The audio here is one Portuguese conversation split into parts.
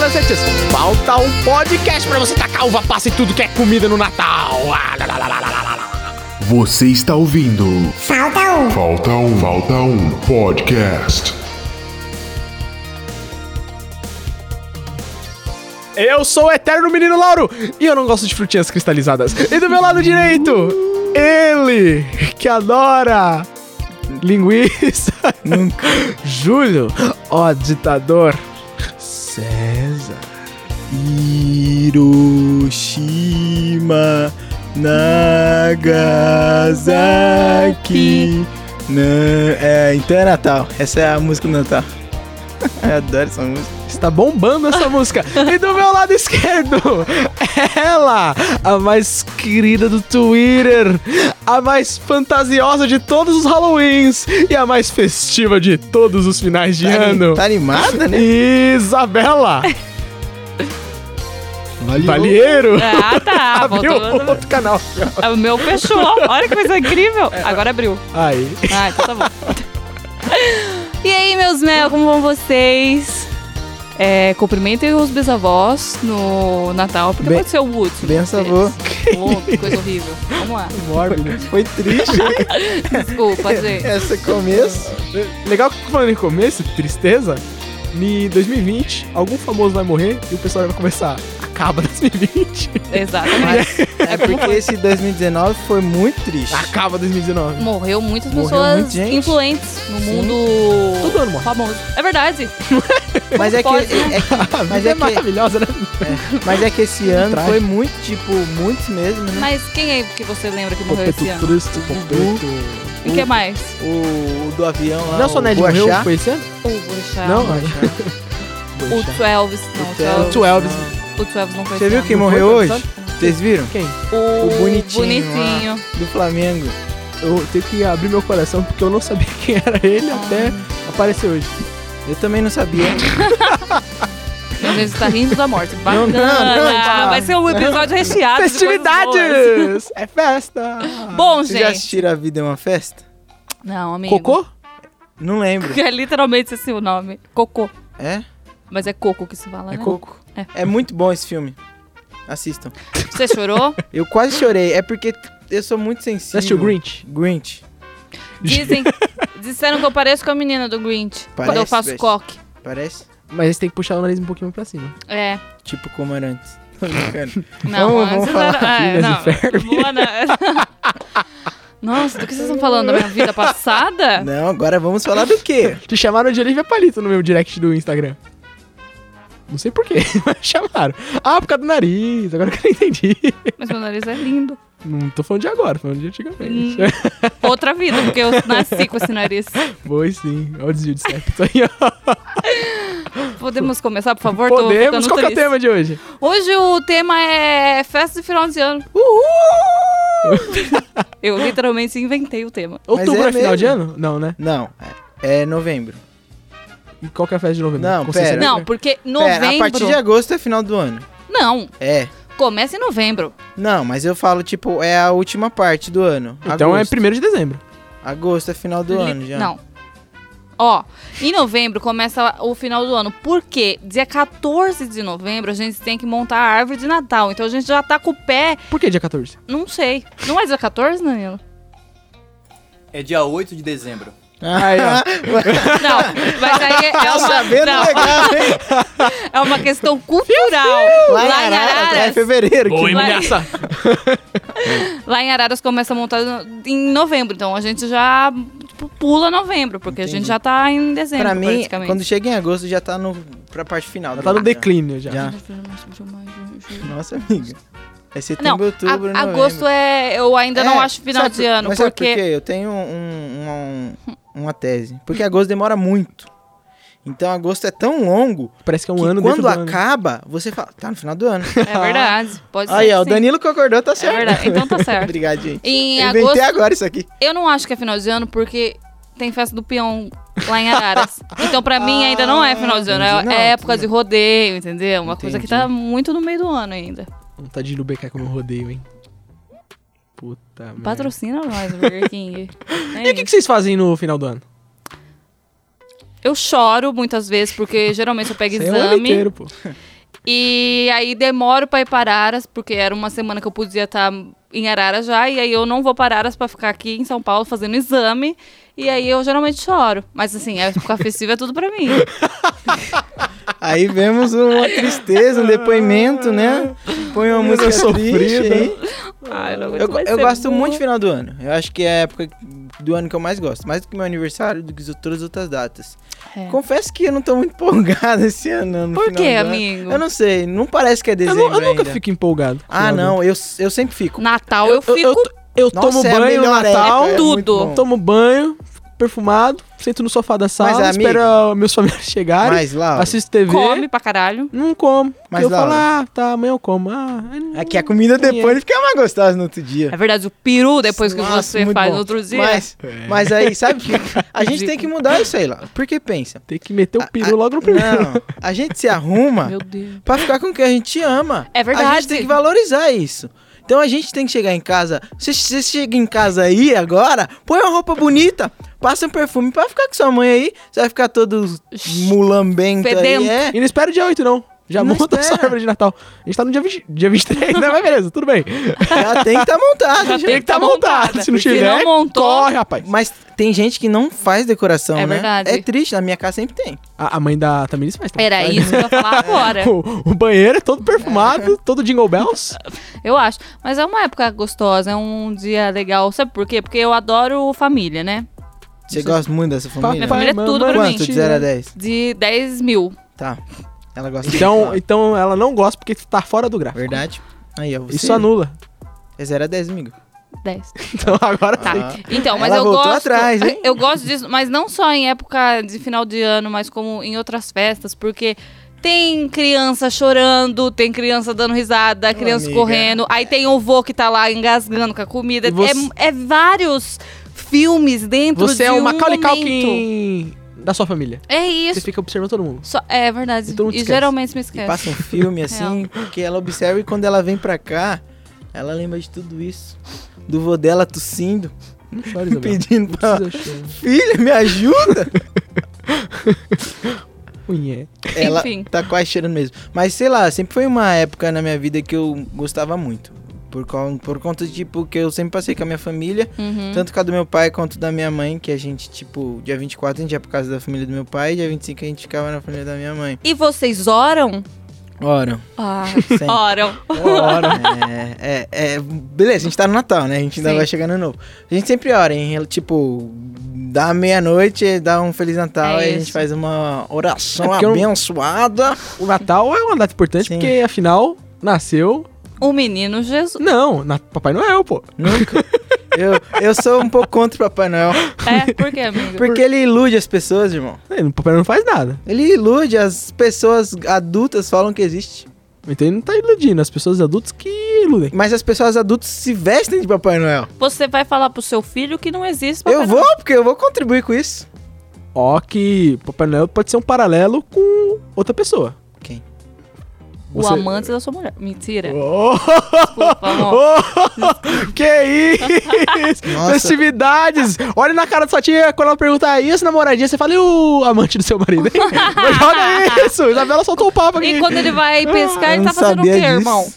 notícias, falta um podcast pra você tacar uva passa e tudo que é comida no Natal. Ah, lá, lá, lá, lá, lá, lá, lá. Você está ouvindo Falta um. Falta um, falta um podcast. Eu sou o eterno menino Lauro e eu não gosto de frutinhas cristalizadas. E do meu lado direito, ele que adora linguiça, Júlio, ó ditador, César. Hiroshima, Nagasaki. Na... É, então é Natal. Essa é a música do Natal. Eu adoro essa música. Está tá bombando essa música. E do meu lado esquerdo, ela, a mais querida do Twitter, a mais fantasiosa de todos os Halloweens e a mais festiva de todos os finais de Tá, ano. ani- tá animada, né? Isabela Valheiro. Ah, tá. Abriu Voltou. outro canal. É O meu fechou. Olha que coisa incrível. Agora abriu. Aí. Ah, então tá bom. E aí, meus mel, como vão vocês? É, cumprimentem os bisavós no Natal, porque Bem- pode ser o último. bem, avô. Ô, que coisa horrível. Vamos lá. né? Foi triste hein? Desculpa, gente. essa começo. Legal que falando em começo, tristeza. Em 2020, algum famoso vai morrer e o pessoal vai começar. Acaba 2020. Exato. Mas é como porque esse 2019 foi muito triste. Acaba 2019. Morreu muitas Morreu pessoas muita gente. influentes no Sim. mundo Todo ano morre. famoso. É verdade. Mas é que, Ah, pode? é que- Mas mas é, é que maravilhosa, né? Mas é que esse ano Trágico. foi muito, tipo, muitos mesmo, né? Mas quem é que você lembra que morreu esse ano? triste, Dudu, E o que mais? o, o do avião lá. Não, só o Ned Boechat. morreu, foi esse ano? O Boechat. Não, O Boechat. Twelves. Não, o Twelves. Twelves. Elvis. O Twelves não foi Você esse viu ano. quem Não foi, morreu hoje? sabe? Vocês viram? Quem? O, O bonitinho Bonitinho. Do Flamengo. Eu tenho que abrir meu coração porque eu não sabia quem era ele até aparecer hoje. Eu também não sabia. Meu Deus, está tá rindo da morte. Bacana. Não, não, não, não. Vai ser um episódio recheado. de coisas boas. Festividades! É festa! Bom, Vocês já gente. assistiram A Vida é uma Festa? Não, amigo. Cocô? Não lembro. Que é literalmente esse o nome. Cocô. É? Mas é coco que se fala, É né? Coco. É muito bom esse filme. Assistam. Você chorou? Eu quase chorei. É porque eu sou muito Você sensível. assistiu Grinch? Grinch. Dizem. Disseram que eu pareço com a menina do Grinch. quando eu Parece, faço parece. coque. Parece? Mas você tem que puxar o nariz um pouquinho pra cima. É. Tipo como era antes. Tô brincando. Não, Vamos- antes vamos falar era. É, Filhas não. do Ferb. Boa, né? Nossa, do que vocês estão falando? Da minha vida passada? Não, agora vamos falar do quê? Te chamaram de Olivia Palito no meu direct do Instagram. Não sei porquê, mas chamaram. Ah, por causa do nariz, agora que eu entendi. Mas meu nariz é lindo. Não tô falando de agora, tô falando de antigamente. Outra vida, porque eu nasci com esse nariz. Pois sim, olha o desvio de septo aí, ó. Podemos começar, por favor? Tô Podemos, ficando qual que é o triste. tema de hoje? Hoje o tema é festa de final de ano. Eu literalmente inventei o tema. Outubro é, é final de mesmo. ano? Não, né? Não, é é novembro. E qual que é a festa de novembro? Não, Conceição pera. Evra? Não, porque Pera, a partir novembro. de agosto é final do ano. Não, É. começa em novembro. Não, mas eu falo, tipo, é a última parte do ano. Então é agosto. 1 de dezembro. Agosto é final do Li- ano já. Não. Ó, em novembro começa o final do ano. Por quê? Dia 14 de novembro a gente tem que montar a árvore de Natal. Então a gente já tá com o pé. Por que dia 14? Não sei. Não é dia 14, Danilo? É dia 8 de dezembro. Aí, ó. Não, mas aí é Tá uma, sabendo não, legal, hein? é uma questão cultural. Lá em Araras, é fevereiro. que- Oi, Vai. Lá em Araras começa a montar no- em novembro, então a gente já tipo, pula novembro, porque a gente já tá em dezembro, Pra mim, praticamente. quando chega em agosto, já tá no, pra parte final. Já do tá no ano, já. declínio já. Já. Nossa, amiga. É Não, setembro, outubro, a- agosto novembro. é. Eu ainda não acho final sabe de por- ano, mas sabe por porque. quê? Eu tenho um- um- um- uma tese. Porque agosto demora muito. Então agosto é tão longo Parece que é um que ano dentro quando do ano. acaba, você fala, tá no final do ano. É verdade. Pode ser. Aí, ó, o que sim. Danilo que acordou tá É certo. verdade. Então tá certo. Obrigado, gente. Em Eu agosto. Inventei agora isso aqui. Eu não acho que é final de ano, porque tem festa do peão lá em Araras. então, pra mim, ainda não é final de ano. É, entendi. Não, é época de rodeio, entendeu? Uma coisa que Entendi. tá muito no meio do ano ainda. Não tá de Lubeca como rodeio, hein? Puta merda. Patrocina nós, Burger King. É E o que, que vocês fazem no final do ano? Eu choro muitas vezes, porque geralmente eu pego Isso aí É o ano exame. inteiro, pô. E aí demoro pra ir para Araras, porque era uma semana que eu podia estar em Araras já. E aí eu não vou para Araras pra ficar aqui em São Paulo fazendo exame. E aí eu geralmente choro. Mas assim, a época festiva é tudo pra mim. Aí vemos uma tristeza, um depoimento, né? Põe uma música triste sofrida. aí. Ai, não aguento Eu, mais eu ser gosto muito burra. de final do ano. Eu acho que é a época do ano que eu mais gosto. Mais do que meu aniversário, do que as- todas as outras datas. É. Confesso que eu não tô muito empolgado esse ano. No Por final quê, do ano. amigo? Eu não sei. Não parece que é Eu, dezembro. nu- eu nunca ainda. fico empolgado. com o Ah, final do ano. não. Eu, eu sempre fico. Natal eu, fico. Eu, to- eu Nossa, tomo é a banho no melhor época, Natal, é tudo. muito bom. tomo banho, fico perfumado, sento no sofá da sala, amigo- espero meus familiares chegarem, Mas, Laura, assisto TV, Come pra caralho. não como. Porque Mas, eu Laura- falo, ah, tá, amanhã eu como. Ah, eu não- é que a comida depois fica mais gostosa no outro dia. É verdade, o peru, depois que Nossa, você muito faz bom. no outro dia. Mas, É. mas aí, sabe que a gente tem que mudar isso aí, lá. Porque pensa. Tem que meter o peru a- logo no primeiro. Não, a gente se arruma Meu Deus. pra ficar com quem a gente ama. É verdade. A gente tem que valorizar isso. Então a gente tem que chegar em casa. Você, você chega em casa aí agora, põe uma roupa bonita, passa um perfume pra ficar com sua mãe aí. Você vai ficar todo mulambento aí. Fedento. É. E não espera o dia 8, não. Já Não monta essa espera. árvore de Natal. A gente tá no dia, 20, dia 23, né? Mas beleza, tudo bem. Já tem que estar tá montada. já. Tem que tá montado. Se não Se tiver, não montou- corre, rapaz. Mas tem gente que não faz decoração, É né? verdade. É triste, na minha casa sempre tem. A, a mãe da Tamiris faz. também. Era isso que eu ia falar agora. O, o banheiro é todo perfumado, todo jingle bells. Eu acho. Mas é uma época gostosa, é um dia legal. Sabe por quê? Porque eu adoro família, né? Você gosta muito dessa família? Minha família é tudo pra mamãe, mim. Quanto de 0 a tia. 10? De 10 mil. Tá. Ela gosta de Então, falar. então ela não gosta porque tá fora do gráfico. Verdade? Aí, ó. Você Isso anula. É 0 a 10, amigo. 10. Então agora tem. Ah. Então, mas Ela eu voltou gosto. atrás, hein? Eu gosto disso, mas não só em época de final de ano, mas como em outras festas, porque. Tem criança chorando, tem criança dando risada, criança amiga. correndo. Aí tem o vô que tá lá engasgando com a comida. E você- É, é vários filmes dentro Você de é o um Macaulay momento. Culkin da sua família. É Você isso. fica observando todo mundo. Só- é verdade. Então E todo mundo e esquece. geralmente me E esquece. passa um filme assim, porque ela observa e quando ela vem pra cá, ela lembra de tudo isso. Do vô dela tossindo, Não chora, Isabel. pedindo pra Não precisa chorar. filha, me ajuda. Unhé. ela Enfim. tá quase cheirando mesmo. Mas sei lá, sempre foi uma época na minha vida que eu gostava muito. Por, con- por conta de, tipo, que eu sempre passei com a minha família. Uhum. Tanto com a do meu pai quanto da minha mãe, que a gente, tipo, dia 24 a gente ia pra casa da família do meu pai, dia 25 a gente ficava na família da minha mãe. E vocês oram? Ora, Ah, sempre. oram. Ora. É, é, é, beleza, a gente tá no Natal, né? A gente ainda Sim. vai chegar no novo. A gente sempre ora, hein? Tipo, dá meia-noite, dá um Feliz Natal, É aí a isso. gente faz uma oração É porque eu- abençoada. O Natal é uma data importante Sim. porque, afinal, nasceu. O menino Jesus. Não, na- Papai Noel, pô. Nunca. Eu, eu sou um pouco contra o Papai Noel. É, por quê, amigo? Porque ele ilude as pessoas, irmão. É, O Papai Noel não faz nada. Ele ilude, as pessoas adultas falam que existe. Então ele não tá iludindo. As pessoas adultas que iludem. Mas as pessoas adultas se vestem de Papai Noel. Você vai falar pro seu filho que não existe Papai eu Noel. vou, porque eu vou contribuir com isso. Ó, que Papai Noel pode ser um paralelo com outra pessoa. Quem? O Você- amante da sua mulher. Mentira. Oh, Desculpa, amor. oh, que isso! Nossa. Festividades! Olha na cara da sua tia quando ela pergunta e essa namoradinha, você fala, e o amante do seu marido? hein?" Mas olha isso! Isabela soltou o papo aqui. E quando ele vai pescar, Eu ele não tá fazendo o quê, sabia disso. irmão?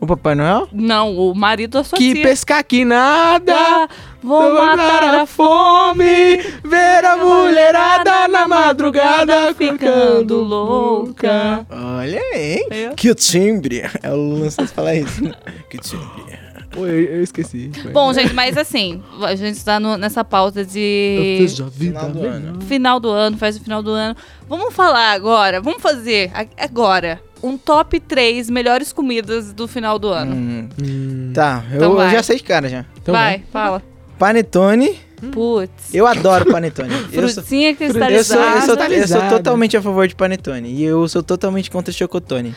O Papai Noel? Não, o marido da sua Que tia. pescar aqui nada! Ah, Vou matar a f... fome, ver a mulherada na madrugada ficando louca. Olha, hein? Eu? Que timbre! É o lance de falar isso. né? que timbre. Pô, eu, eu esqueci. Bom, gente, mas assim, a gente tá no- nessa pauta de... eu já vi Final do também. ano. final do ano, faz o final do ano. Vamos falar agora, vamos fazer a- agora um top 3 melhores comidas do final do ano. Hum, Hum, tá, Então eu, vai. eu já sei de cara já. então Vai, fala. Panetone, Putz, eu adoro panetone. eu, sou, frutinha eu, sou, eu, sou, cristalizada. eu sou Cristalizada. totalmente a favor de panetone. E eu sou totalmente contra chocotone.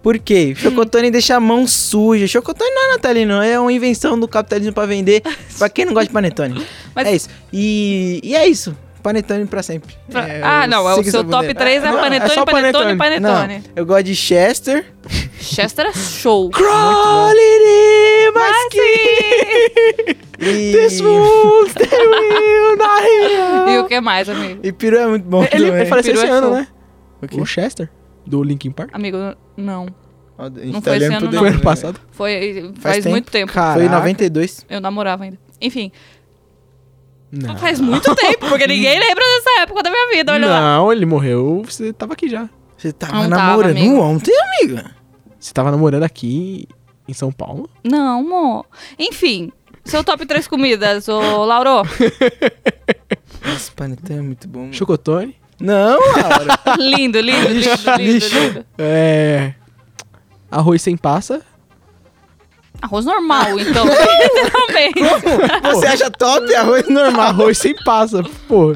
Por quê? Chocotone deixa a mão suja. Chocotone não é natalino, é uma invenção do capitalismo pra vender. pra quem não gosta de panetone. Mas- É isso. E, e é isso. Panetone pra sempre. Pra- É, ah, eu não, é o sigo seu essa top bandeira. 3 é, Não, é panetone, só panetone, panetone. panetone. Não, eu gosto de Chester. Chester é show. Crawling in my E... This wounds that will not heal. E o que mais, amigo? E peru é muito bom Ele, também. ele faleceu Pirou esse é ano, show. né? O quê? O Chester? Do Linkin Park? Amigo, não. A gente Não foi esse ano, não. Foi ano passado? Foi faz, Faz tempo, muito tempo. Foi em Caraca. 92. Eu namorava ainda. Enfim, Não. faz muito tempo, porque ninguém lembra dessa época da minha vida, Então, olha lá. Não, ele morreu. Você tava aqui já. Você tava Não tava, namorando um amigo. ontem, amiga? Você tava namorando aqui em São Paulo? Não, amor. Enfim, seu top 3 comidas, ô Lauro. Nossa, panetão é muito bom. mano. Chocotone. Não, ah, Laura. Lindo, lindo, lindo, lindo, Lixo. lindo. É. Arroz sem passa. Arroz normal, então. Literalmente. Você acha top arroz normal? Arroz sem passa, pô.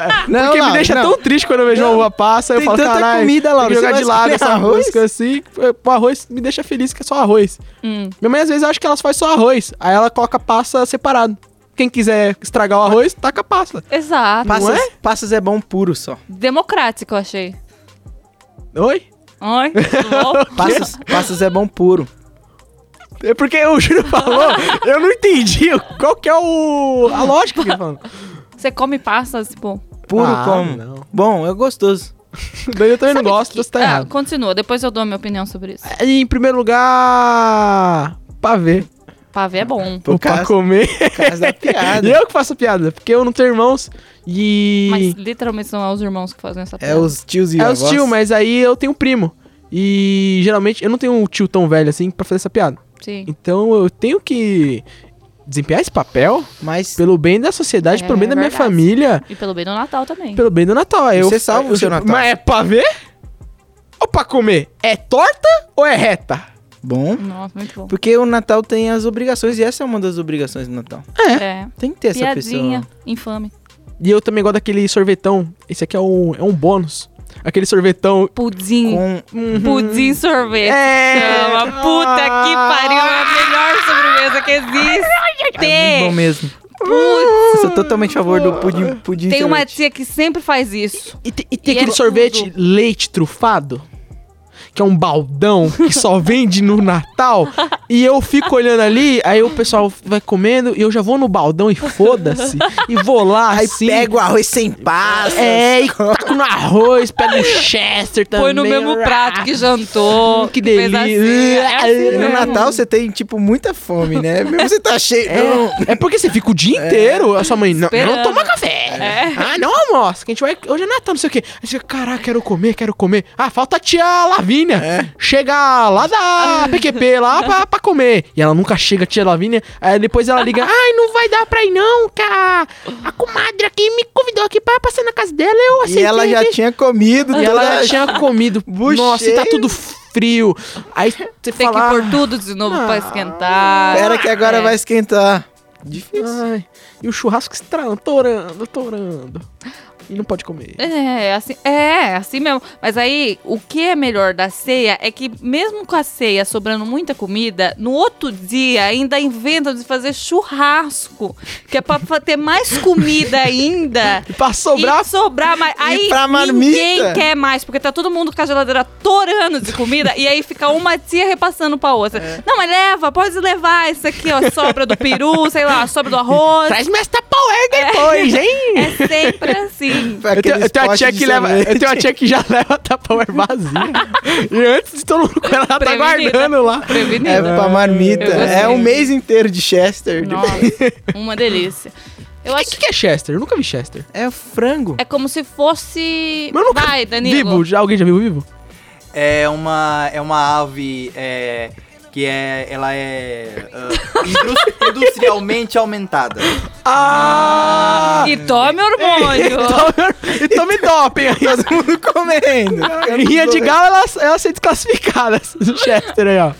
Ah, Não, Porque me Laura, deixa não. tão triste quando eu vejo uma uva passa. Eu Tem falo, tanta caralho. comida, tem que Laura, jogar você de vai lado escolher essa arroz?" música assim. O arroz me deixa feliz que é só arroz. Hum. Minha mãe às vezes acha que elas fazem só arroz. Aí ela coloca passa separado. Quem quiser estragar o arroz, taca a passa. Exato. Passas, é? passas é bom puro só. Democrático, eu achei. Oi? Oi, tudo bom? Passas, passas é bom puro. É porque o Júlio falou, eu não entendi qual que é o, a lógica que ele falou. Você come passas, tipo... Puro Ah, como? não. Bom, é gostoso. Daí eu também não gosto, você é? tá Ah, errado. É. continua, depois eu dou a minha opinião sobre isso. E em primeiro lugar, pavê. Pavê é bom. Por Ou pra causa- comer. causa da piada. E eu que faço piada, porque eu não tenho irmãos e... Mas literalmente são os irmãos que fazem essa É piada. os tios e é avós. os tio, mas aí eu tenho um primo. E geralmente eu não tenho um tio tão velho assim pra fazer essa piada. Sim. Então eu tenho que desempenhar esse papel Mas pelo bem da sociedade, É pelo bem da minha verdade. família, E pelo bem do Natal também. pelo bem do Natal. Aí Você eu- salva o eu- seu Natal. Mas é pra ver ou pra comer? É torta ou é reta? bom. Nossa, muito bom. Porque o Natal tem as obrigações e essa é uma das obrigações do Natal. Né? É. Tem que ter essa Piadinha pessoa. infame. E eu também gosto daquele sorvetão. Esse aqui é um, é um bônus. Aquele sorvetão. Pudim. Com Pudim sorvete. É. Chama. Puta que pariu. É a melhor sobremesa que existe. é muito bom mesmo. Eu sou totalmente a favor do pudim, pudim Tem uma sorvete. tia que sempre faz isso. E, te- e tem E aquele é sorvete tudo. leite trufado. Que é um baldão que só vende no Natal. E eu fico olhando ali, aí o pessoal vai comendo, e eu já vou no baldão e foda-se. e vou lá, Aí assim. pega o arroz sem passas. É, e taco no arroz, pega o Chester também. ah, Põe no mesmo prato que jantou. Que fez delícia. assim. É assim No mesmo. Natal você tem, tipo, muita fome, né? Mesmo você tá cheio. Não. É, é porque você fica o dia inteiro, a sua mãe, não, não Esperando. toma café. Ah, não almoça, que a gente vai, hoje é Natal, não sei o quê. Aí você fica, caraca, quero comer, quero comer. Ah, falta a tia Lavínia. Chega lá da PQP, lá pra, pra comer. E ela nunca chega, a tia Lavínia. Aí depois ela liga, ai, não vai dar pra ir não, cara. A comadre aqui me convidou aqui pra passar na casa dela, eu E aceitei. ela já aqui." tinha comido. E ela toda- já tinha comido. Bucheio. Nossa, e tá tudo frio. Aí você Tem fala... que pôr tudo de novo pra esquentar. Espera que agora Ah, É. vai esquentar. Difícil. Ai, e o churrasco estralando, torando, torando. E não pode comer. É, assim, é, assim mesmo. Mas aí, o que é melhor da ceia é que, mesmo com a ceia sobrando muita comida, no outro dia ainda inventam de fazer churrasco, que é pra fa- ter mais comida ainda. E pra sobrar, E sobrar mais. Aí pra marmita. ninguém quer mais, porque tá todo mundo com a geladeira torando de comida e aí fica uma tia repassando pra outra. Não, mas leva, pode levar isso aqui, ó, sobra do peru, sei lá, sobra do arroz. traz mais Tupperware depois, hein? É sempre assim. Pra É. Eu tenho, aqueles eu tenho uma potes tia de que leva, eu sorvete. tenho uma tia que já leva Tupperware vazia. e antes de todo mundo, ela tá Prevenida. guardando lá. Prevenida. É Ah, pra marmita. Eu gostei. É um mês inteiro de Chester. Nossa, uma delícia. Eu O acho que, que que é Chester? Eu nunca vi Chester. É frango. é como se fosse. Mas eu nunca Vai, Danilo. Vivo, já, alguém já viu vivo? É uma, é uma ave é, que é, ela é ah, indus- industrialmente aumentada. Ah! Então, E tome hormônio. E tome doping. Todo mundo comendo. Rinha de galo, ela, ela ser desclassificada. Chester aí, ó.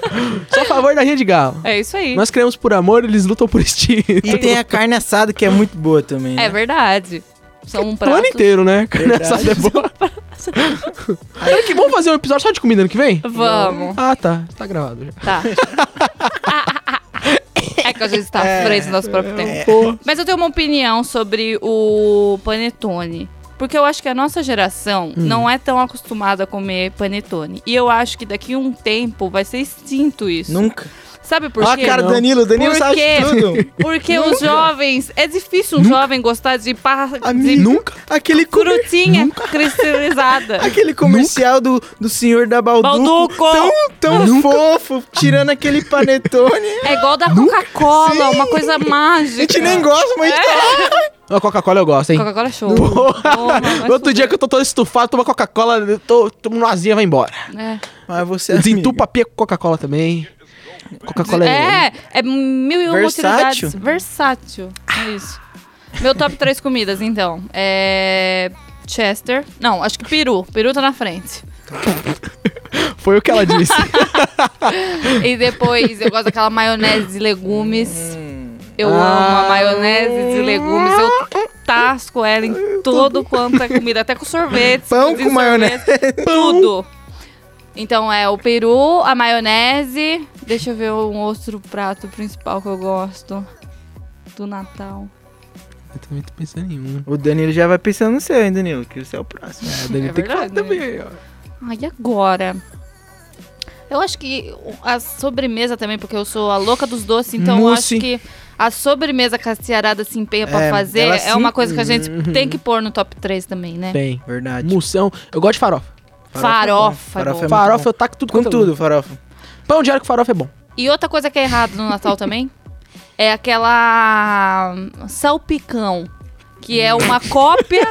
Só a favor da rinha de galo. É isso aí. Nós criamos por amor, eles lutam por instinto. E tem a carne assada que é muito boa também. É né? verdade. São um O ano prato. assim, inteiro, né? Carne assada é boa. Olha que bom fazer um episódio só de comida ano que vem? Vamos, Ah, tá. Tá gravado já. tá. É que a gente tá preso no nosso próprio É. tempo. Pô. Mas eu tenho uma opinião sobre o panetone. Porque eu acho que a nossa geração Hum. não é tão acostumada a comer panetone. E eu acho que daqui a um tempo vai ser extinto isso. Nunca. Sabe por Ó a quê? cara do Danilo, Danilo Por sabe quê? tudo. Porque os jovens. É difícil um jovem gostar de parra. Amigo, de nunca. Aquele, comer- Frutinha cristalizada. aquele comercial do, do senhor da Balduco. Balduco! Tão, tão fofo, tirando aquele panetone. É igual da Coca-Cola, uma coisa mágica. A gente nem gosta, mas a gente tá lá. A Coca-Cola eu gosto, hein? Coca-Cola é show. é Porra, mas- Outro dia que eu tô todo estufado, toma Coca-Cola, eu tô, tomo uma asinha, vai embora. É. Mas você é amigo. Desentupa a pia com Coca-Cola também. Coca-Cola é... É, é mil e uma Versátil. utilidades. Versátil. É isso. Meu top três comidas, então. É. Chester. Não, acho que peru. Peru tá na frente. Foi o que ela disse. E depois eu gosto daquela maionese de legumes. Hum. Eu Ah. amo a maionese de legumes. Eu tasco ela em todo quanto é comida, até com sorvete. Pão de com maionese. sorvete, Tudo. Então é o peru, a maionese. Deixa eu ver um outro prato principal que eu gosto do Natal. eu também tô pensando em um. O Danilo já vai pensando no seu, hein, Danilo? Que você é o próximo. É verdade, né? Ai, e agora? Eu acho que a sobremesa também, porque eu sou a louca dos doces, então eu Mousse. acho que a sobremesa que a Cearada se empenha pra É, fazer ela Uhum. é se- uma coisa que a gente tem que pôr no top 3 também, né? Tem. Verdade. Moção. Eu gosto de farofa. farofa. é Farofa bom. é Farofa eu taco tudo Com quanto é tudo, farofa. lugar. Pão diário com farofa é bom. E outra coisa que é errada no Natal também é aquela salpicão, que é uma Hum. cópia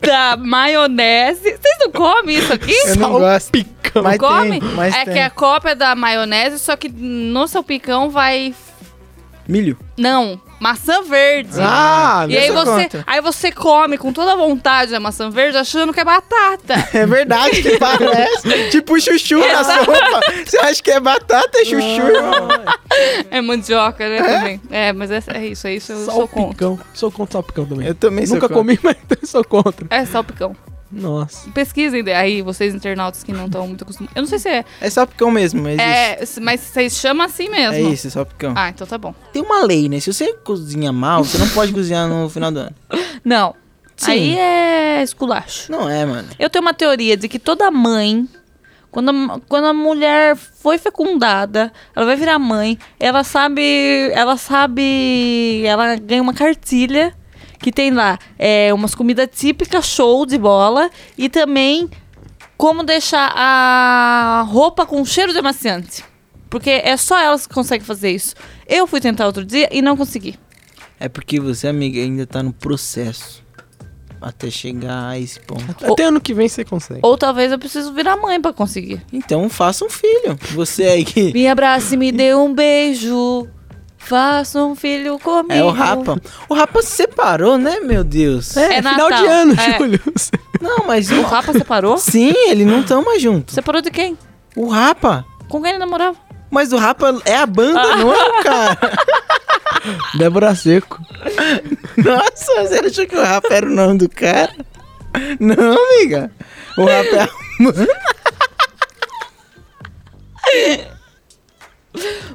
da maionese. Vocês não comem isso aqui? Eu não gosto. Picão. Mas Come? tem, mas é tem. que é a cópia da maionese, só que no salpicão vai. Milho. Não, maçã verde. Ah, e aí nessa você, conta. aí você come com toda a vontade a maçã verde achando que é batata. É verdade que parece. tipo chuchu na sopa. Você acha que é batata, é chuchu, irmão? é mandioca, né? Também. É, mas é, é isso, é isso. Eu sou contra. Salpicão. Sou contra salpicão também. Eu também sou Nunca contra. comi, mas eu sou contra. É salpicão. Nossa. Pesquisem de- aí, vocês internautas que não estão muito acostumados. Eu não sei se é. É só picão mesmo, mas é mas vocês chamam assim isso. mesmo. É isso, é só picão. Ah, então tá bom. Tem uma lei, né? Se você cozinha mal, você não pode cozinhar no final do ano. Não. Sim. Aí é esculacho. Não é, mano. Eu tenho uma teoria de que toda mãe, quando a, quando a mulher foi fecundada, ela vai virar mãe, ela sabe. Ela sabe. Ela ganha uma cartilha que tem lá é, umas comidas típicas, show de bola, e também como deixar a roupa com cheiro de amaciante. Porque é só elas que conseguem fazer isso. Eu fui tentar outro dia e não consegui. É porque você, amiga, ainda tá no processo. Até chegar a esse ponto. Até ano que vem você consegue. Ou talvez eu preciso virar mãe pra conseguir. Então faça um filho. Você aí que. Me abrace, me dê um beijo. Faça um filho comigo. É o Rapa. O Rapa se separou, né, meu Deus? É, final Natal. de ano, É. Júlio. Não, mas O o Rapa separou? Sim, eles não estão mais juntos. Separou de quem? O Rapa. Com quem ele namorava? Mas o Rapa é a banda, Ah. não é o cara? Débora Seco. Nossa, você achou que o Rapa era o nome do cara? Não, amiga. O Rapa é a...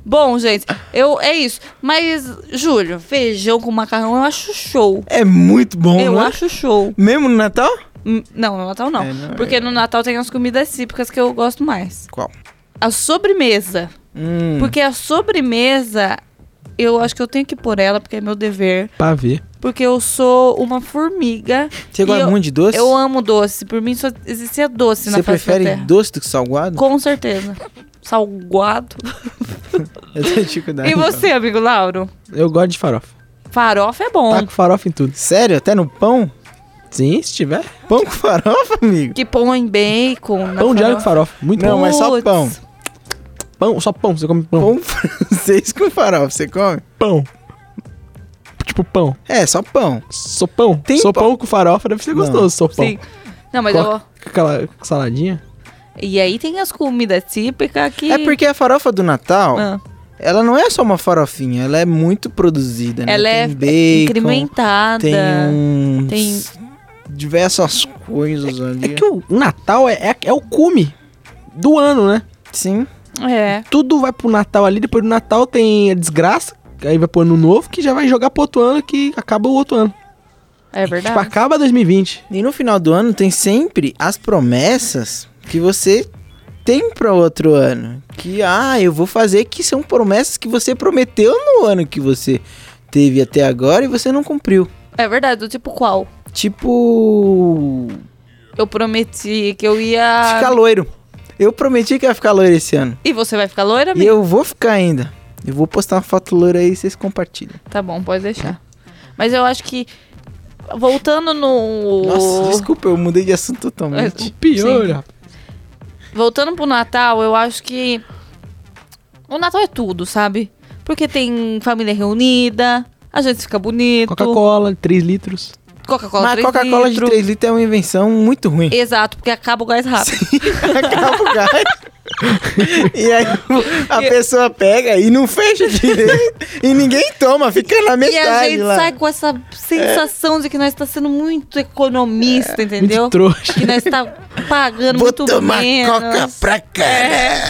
Bom, gente, eu é isso. Mas, Júlio, feijão com macarrão eu acho show. É muito bom, eu né? acho show. Mesmo no Natal? Hum, Não, no Natal não. É, não, porque no Natal tem as comidas típicas que eu gosto mais. Qual? A sobremesa. Hum. Porque a sobremesa, eu acho que eu tenho que pôr ela, porque é meu dever. Pra ver. Porque eu sou uma formiga. Você e gosta eu- muito de doce? Eu amo doce. Por mim só existia doce na Você face da prefere terra. doce do que salgado? Com certeza. Salgado. Eu tenho dificuldade. E você, amigo Lauro? Eu gosto de farofa. Farofa é bom. Tá Taco farofa em tudo. Sério? Até no pão? Sim, se tiver. Pão com farofa, amigo? Que põe bacon. na Pão diário com farofa. Muito Não, bom. mas só Putz. pão. Pão, só pão. Você come pão. Pão francês com farofa, você come? Pão. Tipo pão. É, só pão. Sopão. Tem sopão com farofa deve ser Não. gostoso. Sopão. Sim. Não, mas Coloca eu... com aquela saladinha. E aí tem as comidas típicas que... É porque a farofa do Natal, Ah, ela não é só uma farofinha, ela é muito produzida, né? ela é tem bacon, incrementada. tem uns Tem- diversas coisas ali. É que o Natal é, é, é o cume do ano, né? Sim. É. Tudo vai pro Natal ali. Depois do Natal tem a desgraça. que Aí vai pro ano novo, que já vai jogar pro outro ano, que acaba o outro ano. É Tipo, verdade. acaba 2020. E no final do ano tem sempre as promessas que você tem para outro ano. Que, ah, eu vou fazer, que são promessas que você prometeu no ano que você teve até agora e você não cumpriu. É verdade, do tipo qual? Tipo. Eu prometi que eu ia. Ficar loiro. Eu prometi que ia ficar loiro esse ano. E você vai ficar loira, E amigo? eu vou ficar ainda. Eu vou postar uma foto loira aí e vocês compartilham. Tá bom, pode deixar. Mas eu acho que. Voltando no. Nossa, desculpa, eu mudei de assunto É, totalmente. Pior, Sim. rapaz. Voltando pro Natal, eu acho que. O Natal é tudo, sabe? Porque tem família reunida, a gente fica bonito. Coca-Cola, 3 litros. Coca-Cola Mas a 3 Coca-Cola de litros. 3 litros é uma invenção muito ruim. Exato, porque acaba o gás rápido. Acaba o gás. e aí a pessoa pega e não fecha direito. e ninguém toma, fica na E a metade gente lá. sai com essa sensação de que nós tá sendo muito economista, entendeu? Muito trouxa. Que nós tá pagando É, Vou muito tomar menos. coca pra cá. É.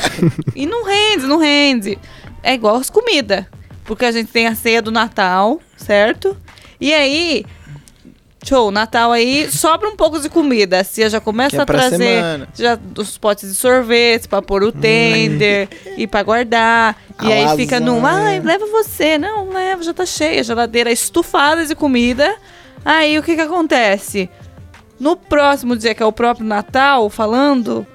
E não rende, não rende. É igual as comidas. Porque a gente tem a ceia do Natal, certo? E aí, show, Natal aí, sobra um pouco de comida. A ceia já Que começa é a pra trazer semana. Hum. já os potes de sorvete pra pôr o tender e pra guardar. A e aí fica lasanha. num, ai, leva você. Não, leva, já tá cheia. A geladeira estufada de comida. Aí o que que acontece? No próximo dia, que é o próprio Natal, falando,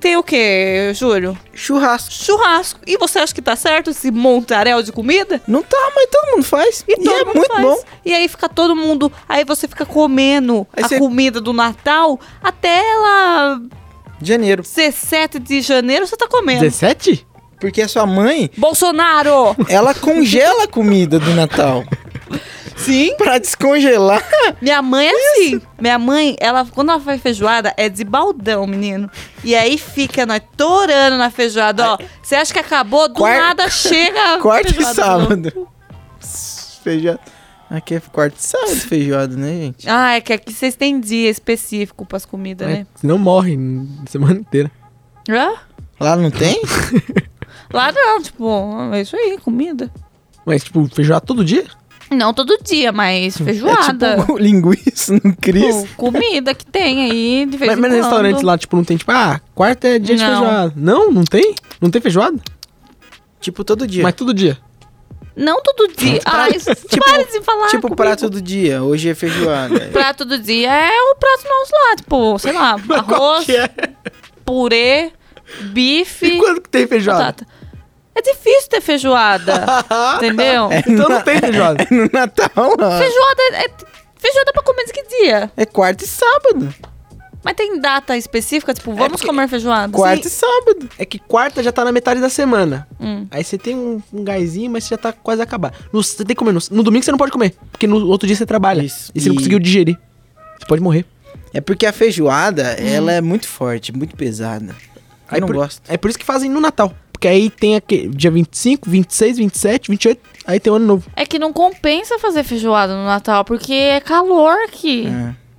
tem o quê, Júlio? Churrasco. churrasco. E você acha que tá certo esse montaréu de comida? Não tá, mas todo mundo faz. E, todo é mundo muito faz. bom. E aí fica todo mundo. Aí você fica comendo Aí a você- comida do Natal até lá Janeiro. 17 de janeiro você tá comendo. 17? Porque a sua mãe, Bolsonaro! ela congela a comida do Natal. Sim, Pra descongelar. minha mãe é assim. Minha mãe, ela quando ela faz feijoada, é de baldão, menino. E aí fica nós torando na feijoada, ó. Você acha que acabou? Do Quar- nada chega. a Quarta e feijoada de novo. sábado. Feijoada. Aqui é quarta e sábado feijoada, né, gente? Ah, é que aqui vocês têm dia específico pras comidas, né? Senão morre na semana inteira. Hã? Lá não tem? É tipo Lá não, tipo, é isso aí, comida. Mas, tipo, feijoada todo dia? Não todo dia, mas É feijoada. tipo linguiça no Cristo. Tipo, comida que tem aí de vez Mas, em mas quando. restaurantes lá, tipo, não tem, tipo, ah, quarta é dia de Não. feijoada. Não, não tem? Não tem feijoada? Tipo, todo dia. Mas todo dia. Não todo dia. Pra- Ai, isso- tipo- para de falar tipo, comigo. prato do dia. Hoje é feijoada. Prato do dia é o prato nosso lá, tipo, sei lá, arroz, que é? purê, bife, E quando que tem feijoada? batata. É difícil ter feijoada, entendeu? Então não tem feijoada. no Natal, ó. Feijoada é... Feijoada pra comer de que dia? É quarta e sábado. Mas tem data específica, tipo, vamos comer feijoada? Quarta e sábado. É que quarta já tá na metade da semana. Hum. Aí você tem um, um gásinho, mas você já tá quase a acabar. No, você tem que comer. No, no domingo você não pode comer, porque no outro dia você trabalha. Isso. E você não E- conseguiu digerir. Você pode morrer. É porque a feijoada, ela é muito forte, muito pesada. Eu Aí não por- gosto. É por isso que fazem no Natal. Porque aí tem aquele dia 25, 26, 27, 28, aí tem o ano novo. É que não compensa fazer feijoada no Natal, porque é calor aqui.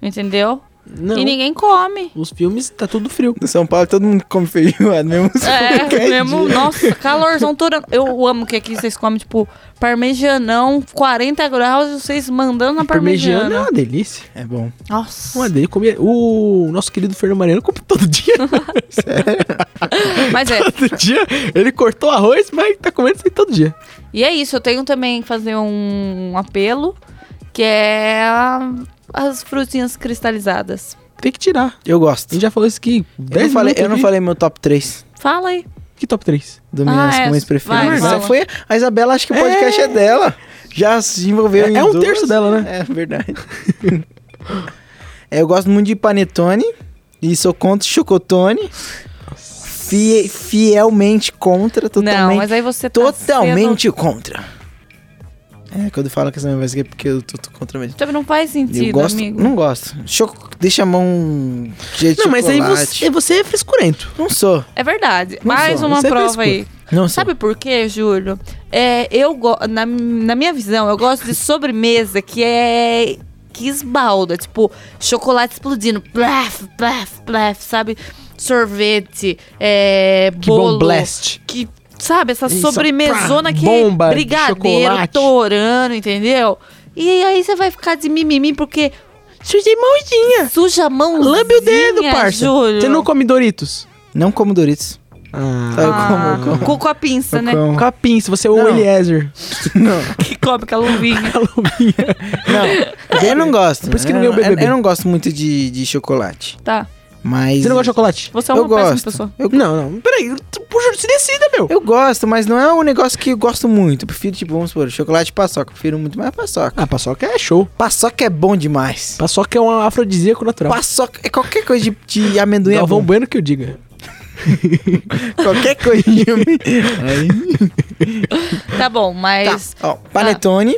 Entendeu? É. Não, E ninguém come. nos filmes tá tudo frio. No São Paulo, todo mundo come feijoada, mesmo se for qualquer É, mesmo, dia. nossa, calorzão todo. Eu amo que aqui vocês comem, tipo, parmegianão, 40 graus, e vocês mandando na Parmegiana é parmegiana. uma delícia. É bom. Uma Nossa. delícia. Comia... O nosso querido Fernando Mariano come todo dia. Mas é. todo dia. Ele cortou arroz, mas tá comendo isso aí todo dia. E é isso, eu tenho também que fazer um apelo, que é a- as frutinhas cristalizadas. Tem que tirar. Eu A gosto. gente já falou isso aqui. Eu não, 10 falei, minutos eu não de- falei meu top 3 Fala aí. Que top 3? do minhas é, comidas vai, preferidas. fala. Já foi, a Isabela, acho que o podcast é, dela. Já se envolveu É- em é um duas. terço dela, né? É, verdade. É, eu gosto muito de panetone. E sou contra chocotone. Fie- fielmente contra, totalmente. Não, mas aí você tá totalmente contra. É, quando eu falo que essa minha voz aqui é porque eu tô, tô contra mesmo. sendo- Não faz Eu sentido, gosto, amigo. não gosto. Choco, deixa a mão É de Não, mas aí chocolate. você, você é frescurento. Não sou, É verdade. Não Mais sou, uma você é prova aí. não sou. Sabe por quê, Júlio? É, eu go- na, na minha visão, eu gosto de sobremesa que é que esbalda, tipo chocolate explodindo, blaf, blaf, blaf, sabe? Sorvete, é, Que bolo, bom blast. que sabe essa Isso, sobremesona pá, que bomba é de brigadeiro, chocolate. torano, entendeu? E aí você vai ficar de mimimi porque Sujei mãozinha. É. suja a mão, Lambe o dedo, parça. Júlio. Você não come Doritos. Não como Doritos. Ah, um Sabe como- como? com, com a pinça, né? com Com a a pinça, você é o Não. Eliezer. Que come com a luvinha. luvinha. Não, eu não gosto. Por isso que Eu não ganhou o eu- BBB. Eu não gosto muito de, de chocolate. Tá. Mas. Você não gosta de chocolate? Você é uma Eu péssima gosto. pessoa. Eu, Não, não. Peraí, tu- puxa, se decida, meu. eu gosto, mas não é um negócio que eu gosto muito. Eu prefiro, tipo, vamos supor, chocolate e paçoca. Eu prefiro muito mais paçoca. Ah, paçoca é show. Paçoca é bom demais. Paçoca é um afrodisíaco natural. Paçoca é qualquer coisa de, de amendoim. é Galvão bom. Bueno que eu diga. Qualquer coisa de amendoim. Tá bom, Tá, mas. ó, panetone,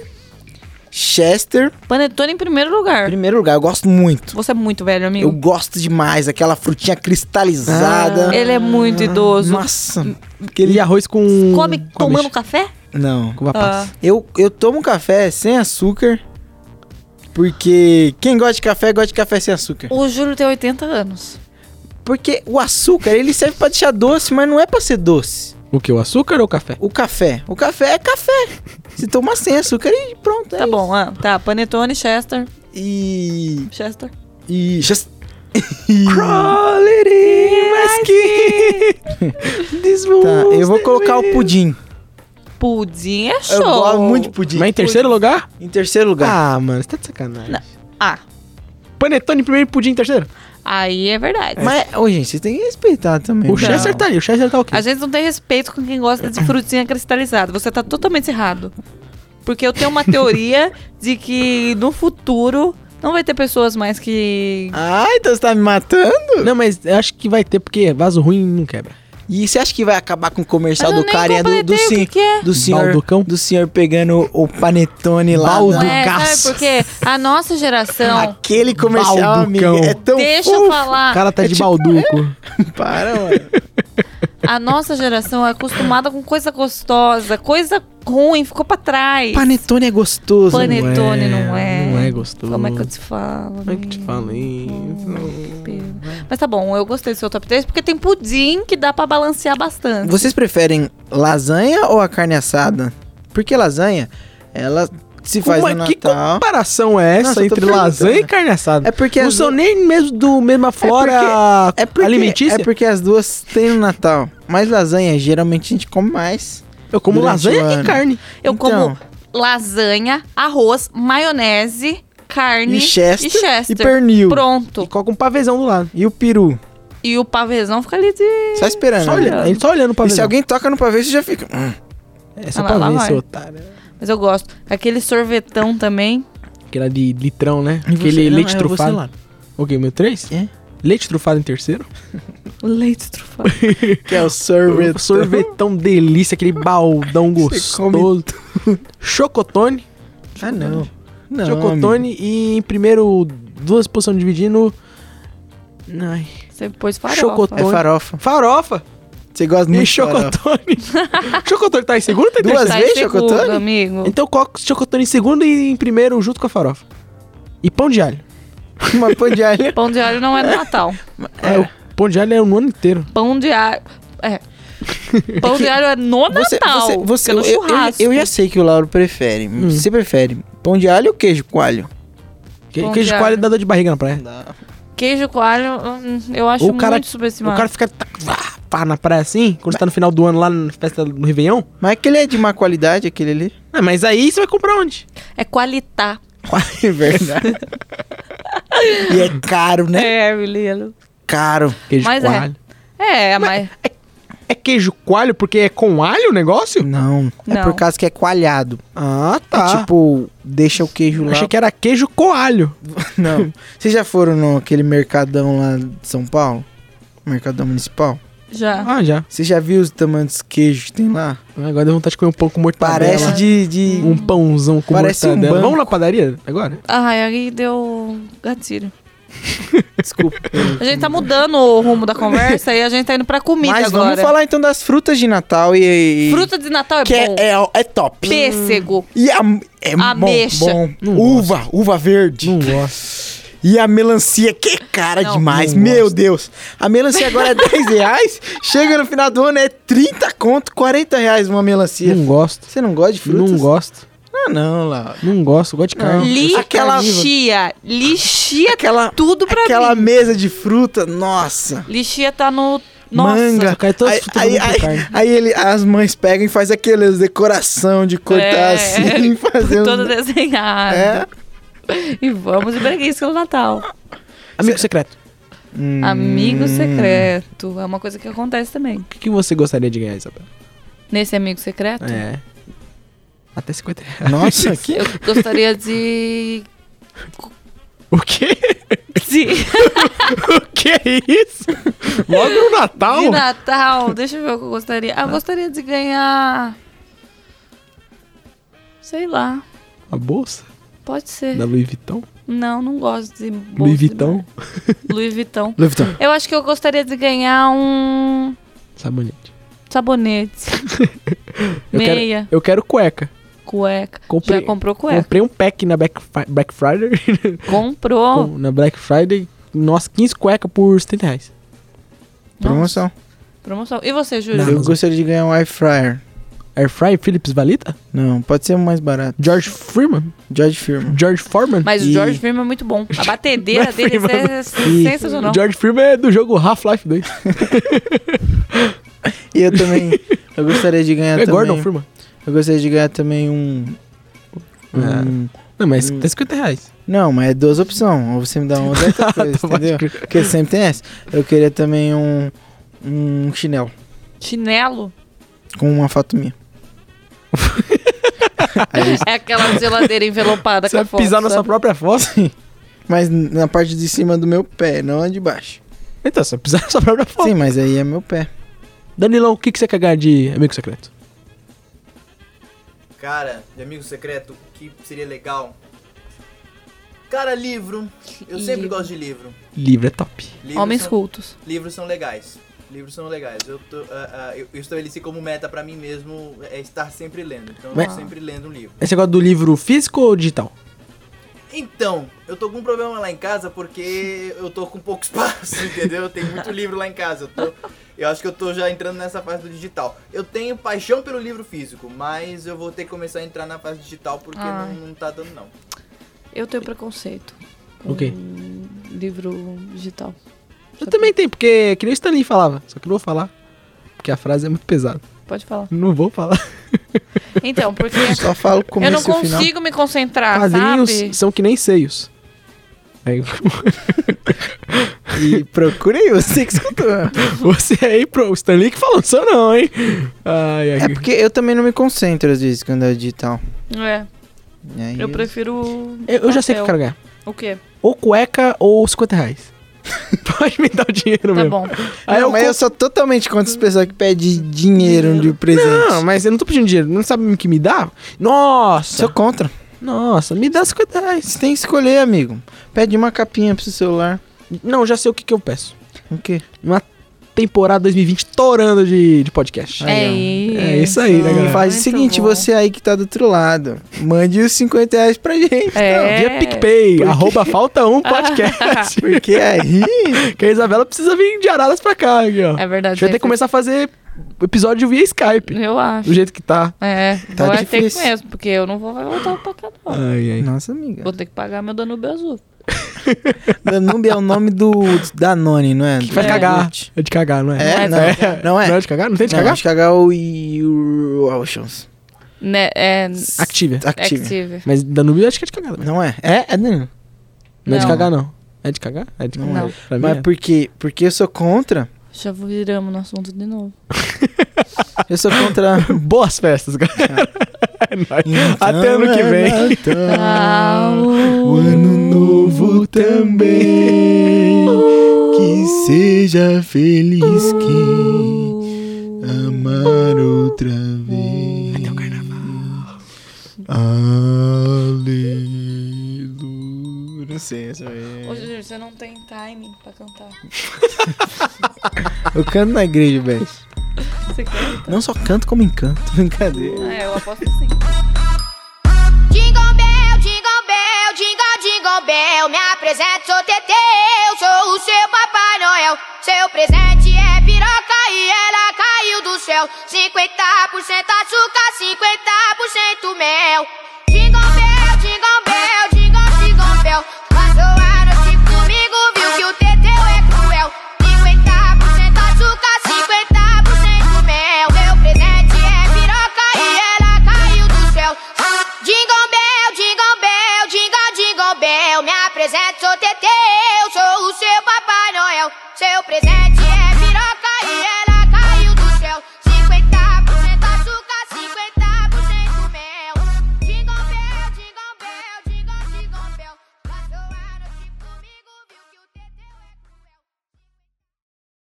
Chester, Panetone em primeiro lugar. primeiro lugar, eu gosto muito. Você é muito velho, Eu amigo. gosto demais, aquela frutinha cristalizada. Ele é muito Ah, idoso. Nossa, Aquele é arroz com. Come com tomando ameixa. Ah. café? não. Com rapaz. Eu, eu tomo café sem açúcar, porque quem gosta de café, gosta de café sem açúcar. Ah, O Júlio tem 80 anos. Porque o açúcar, ele serve pra deixar doce, mas não é pra ser doce. O que? O açúcar ou o café? O café, o café é café. Se tomar sem açúcar e pronto, é Tá bom, ah, tá. Panetone, Chester. E... Chester. E... just- Crawl it in my skin. This Tá, eu moves vou the colocar o way. pudim. Pudim é show. Eu gosto muito de pudim. Mas em terceiro lugar? Em terceiro lugar. Ah, mano, você tá de sacanagem. Não. Ah, Panetone em primeiro, pudim em terceiro. aí é verdade. Mas, ô, gente, vocês têm que respeitar também. né? O Chester tá ali, o Chester tá o quê? A gente não tem respeito com quem gosta de frutinha cristalizada. Você tá totalmente errado. Porque eu tenho uma teoria de que no futuro não vai ter pessoas mais que. Ah, então você tá me matando? Não, mas eu acho que vai ter, porque vaso ruim não quebra. E você acha que vai acabar com o comercial Mas eu do nem carinha do, do, completei o que sen- que é. do senhor Balducão? do senhor pegando o panetone lá? Baldu- da- do Ué, gaço. É, sabe por quê? A nossa geração. Aquele comercial, Balducão. amigo, é tão Deixa eu fofo. O falar. cara tá é de tipo- balduco. Para, mano. A nossa geração é acostumada com coisa gostosa, coisa ruim, ficou pra trás. Panetone é gostoso. Pane- mano. Panetone não é. Não é gostoso. Como é que eu te falo? Como é que eu te falo isso? Uhum. amigo? Mas tá bom, eu gostei do seu top 3 porque tem pudim que dá pra balancear bastante. Vocês preferem lasanha ou a carne assada? Porque lasanha, ela se faz Como é- no que Natal. comparação é essa Nossa, eu tô entre lasanha e perguntando. carne assada? É porque não as são nem mesmo do mesma flora É porque, alimentícia. é porque as duas têm no Natal. Mas lasanha, geralmente a gente come mais. eu como durante o lasanha e ano. carne. Eu Então. como lasanha, arroz, maionese, carne E Chester. e, Chester. E pernil. E Pronto. coloca um pavezão do lado. E o peru. E o pavezão fica ali de. Só esperando. Só né? olhando, a gente só olhando o E se pavezão. alguém toca no pavê, você já fica... "Hum, É só Ah, lá, pra lá ver, vai. seu otário. Mas eu gosto. Aquele sorvetão também. Aquela de litrão, né? E você? Aquele Não, leite eu vou trufado. sei lá. O quê? Meu três? É. Leite trufado em terceiro. Leite trufado. Que é o sorvete. Sorvetão delícia, aquele baldão gostoso. Chocotone. Ah, não. Não, Chocotone e em primeiro, duas posições dividindo. Ai. Você pôs farofa. Chocotone. amigo. É farofa. Farofa Você gosta muito e de farofa. chocotone. chocotone tá em segundo ou tá em Duas terceiro? Tá em vezes segundo, chocotone? amigo. Então eu coloco chocotone em segundo e em primeiro junto com a farofa. E pão de alho. Uma pão de alho. Pão de alho não é do Natal. É, o pão de alho é o ano inteiro. Pão de alho. É. Pão de alho é no Natal. você, você, fica no eu, eu- churrasco. eu já sei que o Lauro prefere. Você prefere pão de alho ou queijo coalho? Que, Pão queijo de coalho alho. dá dor de barriga na praia. Queijo com alho, hum, eu acho Ou o cara- muito O subestimado. cara fica tá, vá, pá, na praia assim, quando você tá no final do ano lá na festa do Réveillon. Mas aquele é de má qualidade, aquele ali. Ah, mas aí você vai comprar onde? É qualitá. É verdade. e é caro, né? É, menino. Caro. Queijo Mas é. coalho. É, mas... É. queijo coalho porque é com alho o negócio? Não, é Não. por causa que é coalhado. Ah, É tá. tipo, deixa o queijo lá. Achei que era queijo coalho. Não. Vocês já foram naquele mercadão lá de São Paulo? Mercadão municipal? Já. Ah, já. Você já viu os tamanhos dos queijos que tem lá? Agora deu vontade de comer um pão com mortadela. Parece de. de... Um pãozão com Parece um mortadela. banco. Vamos na padaria agora? Ai, aí deu gatilho. Desculpa. A gente tá mudando o rumo da conversa e a gente tá indo pra comida Mas agora. vamos falar então das frutas de Natal e. e- Fruta de Natal é que bom. é, é, é top. Pêssego. E a, é Ameixa. bom. bom. Não Uva, uva verde. Não gosto. E a melancia, que cara Não, demais, não meu Deus. A melancia agora é 10 reais, chega no final do ano é 30 conto, 40 reais uma melancia. Não gosto. Você não gosta de frutas? Não gosto. Ah, não, Laura. Não gosto. Gosto de carne. Aquela- Lixia. Lixia Aquela, tudo pra aquela mim. mesa de fruta, nossa. Lixia tá no Nossa. manga. Cai todos aí, os aí, frutos do aí- carne. aí ele, as mães pegam e faz aqueles decoração de cortar É, assim, fazer um... Todo desenhado. É. E vamos de breguice no Natal. Amigo secreto. Hum. Amigo secreto. É uma coisa que acontece também. O que, que você gostaria de ganhar, Isabel? Nesse amigo Tá. secreto, É. Até 50 reais. Nossa, que... eu gostaria de. O quê? de... O que é isso? Logo no Natal? de Natal. Deixa eu ver o que eu gostaria. Ah, eu gostaria de ganhar. Sei lá. A bolsa Pode ser. da Louis Vuitton? Não, não gosto de. bolsa Louis de Vuitton? marca. Louis Vuitton. Louis Vuitton. Eu acho que eu gostaria de ganhar um Sabonete. sabonete. Eu quero- Meia, Eu quero cueca. cueca. Comprei- Já comprou cueca? Comprei um pack na Black, Fri- Black Friday. Comprou. com- na Black Friday. Nossa, 15 cueca por 70 reais. Nossa, Promoção. promoção. E você, Júlio? Eu gostaria de ganhar um air fryer. Air Fry, Philips Valita? Não, pode ser um mais barato. George Freeman? George Firma. George Foreman? Mas o E- George Firma é muito bom. A batedeira dele é E- sensacional. George Freeman é do jogo Half-Life 2. E eu também... Eu gostaria de ganhar é também... Gordon Freeman. Eu gostaria de ganhar também um... um- É. Não, mas Hum. tá 50 reais. Tá Não, mas é duas opções. Ou você me dá uma ou outra coisa, Pode entendeu? crer. Porque sempre tem essa. Eu queria também um, um chinelo Chinelo. com uma foto minha. Aí, É aquela geladeira envelopada Você com a vai foto. pisar na sua sabe? própria fossa? mas na parte de cima do meu pé, não a de baixo. Então, você vai pisar na sua própria fossa. Sim, mas aí é meu pé. Danilão, o que, que você quer ganhar de amigo secreto? Cara, de amigo secreto, o que seria legal? Cara, livro. Eu E sempre livro. gosto de livro. Livro é top. Livros né? Homens são- cultos. Livros são legais. Livros são legais. Eu, tô, ah, ah, eu eu estabeleci como meta pra mim mesmo é estar sempre lendo. Então eu Mas- tô sempre lendo um livro. Esse negócio do livro físico ou digital? Então, eu tô com um problema lá em casa porque eu tô com pouco espaço, entendeu? Tem muito livro lá em casa. Eu, tô- eu acho que eu tô já entrando nessa fase do digital. Eu tenho paixão pelo livro físico, mas eu vou ter que começar a entrar na fase digital porque não, Ai. não tá dando não. Eu tenho preconceito. com O quê? Livro digital. Eu também tenho, porque que nem o Stanley falava. Só que eu não vou falar. Porque a frase é muito pesada. Pode falar. Não vou falar. Então, porque Só falo o eu não começo e o final. consigo me Ah, concentrar, Quadrinhos sabe? são que nem seios. Aí, E procura aí, você que escutou. você aí, pro o Stanley que falou, sou não, hein? Ai, ai. É porque eu também não me concentro às vezes quando é digital. É, E aí eu prefiro. Hum. Eu, eu já sei o que eu Tá quero papel. ganhar. O quê? Ou cueca ou 50 reais. Pode me dar o dinheiro Tá mesmo. bom. Aí não, eu mas eu compro- sou totalmente contra as pessoas que pedem dinheiro de presente. Não, mas eu não tô pedindo dinheiro. Não sabe o que me dá? Nossa! Sou contra. Nossa, me dá 50 reais. Você tem que escolher, amigo. Pede uma capinha pro seu celular. Não, já sei o que, que eu peço. O quê? Temporada 2020 torando de, de podcast. É ó. isso. É isso aí, né, E galera? faz o Muito seguinte, bom. você aí que tá do outro lado, mande os 50 reais pra gente. É. Via PicPay, arroba falta um podcast. Porque é aí. que a Isabela precisa vir de Araras pra cá, aqui, ó. É a verdade. gente vai ter que começar a fazer episódio via Skype. Eu acho. Do jeito que tá. Ah. É, Tá vai ter que difícil. mesmo, porque eu não vou voltar pra cá, não. Ai, ai. Nossa, amiga. Vou ter que pagar meu Danube azul. Danube é o nome do Danone, não é? Que faz É. cagar. É de cagar, não é? É, não não. é Não é? Não é de cagar? Não tem de Não, cagar? acho que cagar é o o Oceans. Né, é. Activia. Active. Active. Mas Danube eu acho que é de cagar. também. Não é? É, é Danone. Não é de Não. cagar, não. É de cagar? É de cagar. Não. Pra mim Mas é. por quê? Porque eu sou contra. Já viramos no assunto de novo. Eu sou contra. Boas festas, galera. É nóis. Então Até ano é que vem. Ah, Ah, uh. O ano novo também. Que seja feliz quem Uh. amar outra vez. Até o carnaval. Aleluia. Não sei, essa aí. Ô, Júlio, você não tem timing pra cantar. Eu canto na igreja, velho. Você quer? Não só canto, como encanto. Brincadeira. É, eu aposto que sim. Jingle bell, jingle bell, jingle, jingle bell. Me apresento, sou Tetê, eu sou o seu Papai Noel. Seu presente é piroca e ela caiu do céu. 50% açúcar, 50% mel. Jingle bell, jingle bell, jingle, jingle bell. Passou a noite comigo, viu que o Teteu é cruel. 50% açúcar, 50% é Seu presente é tipo é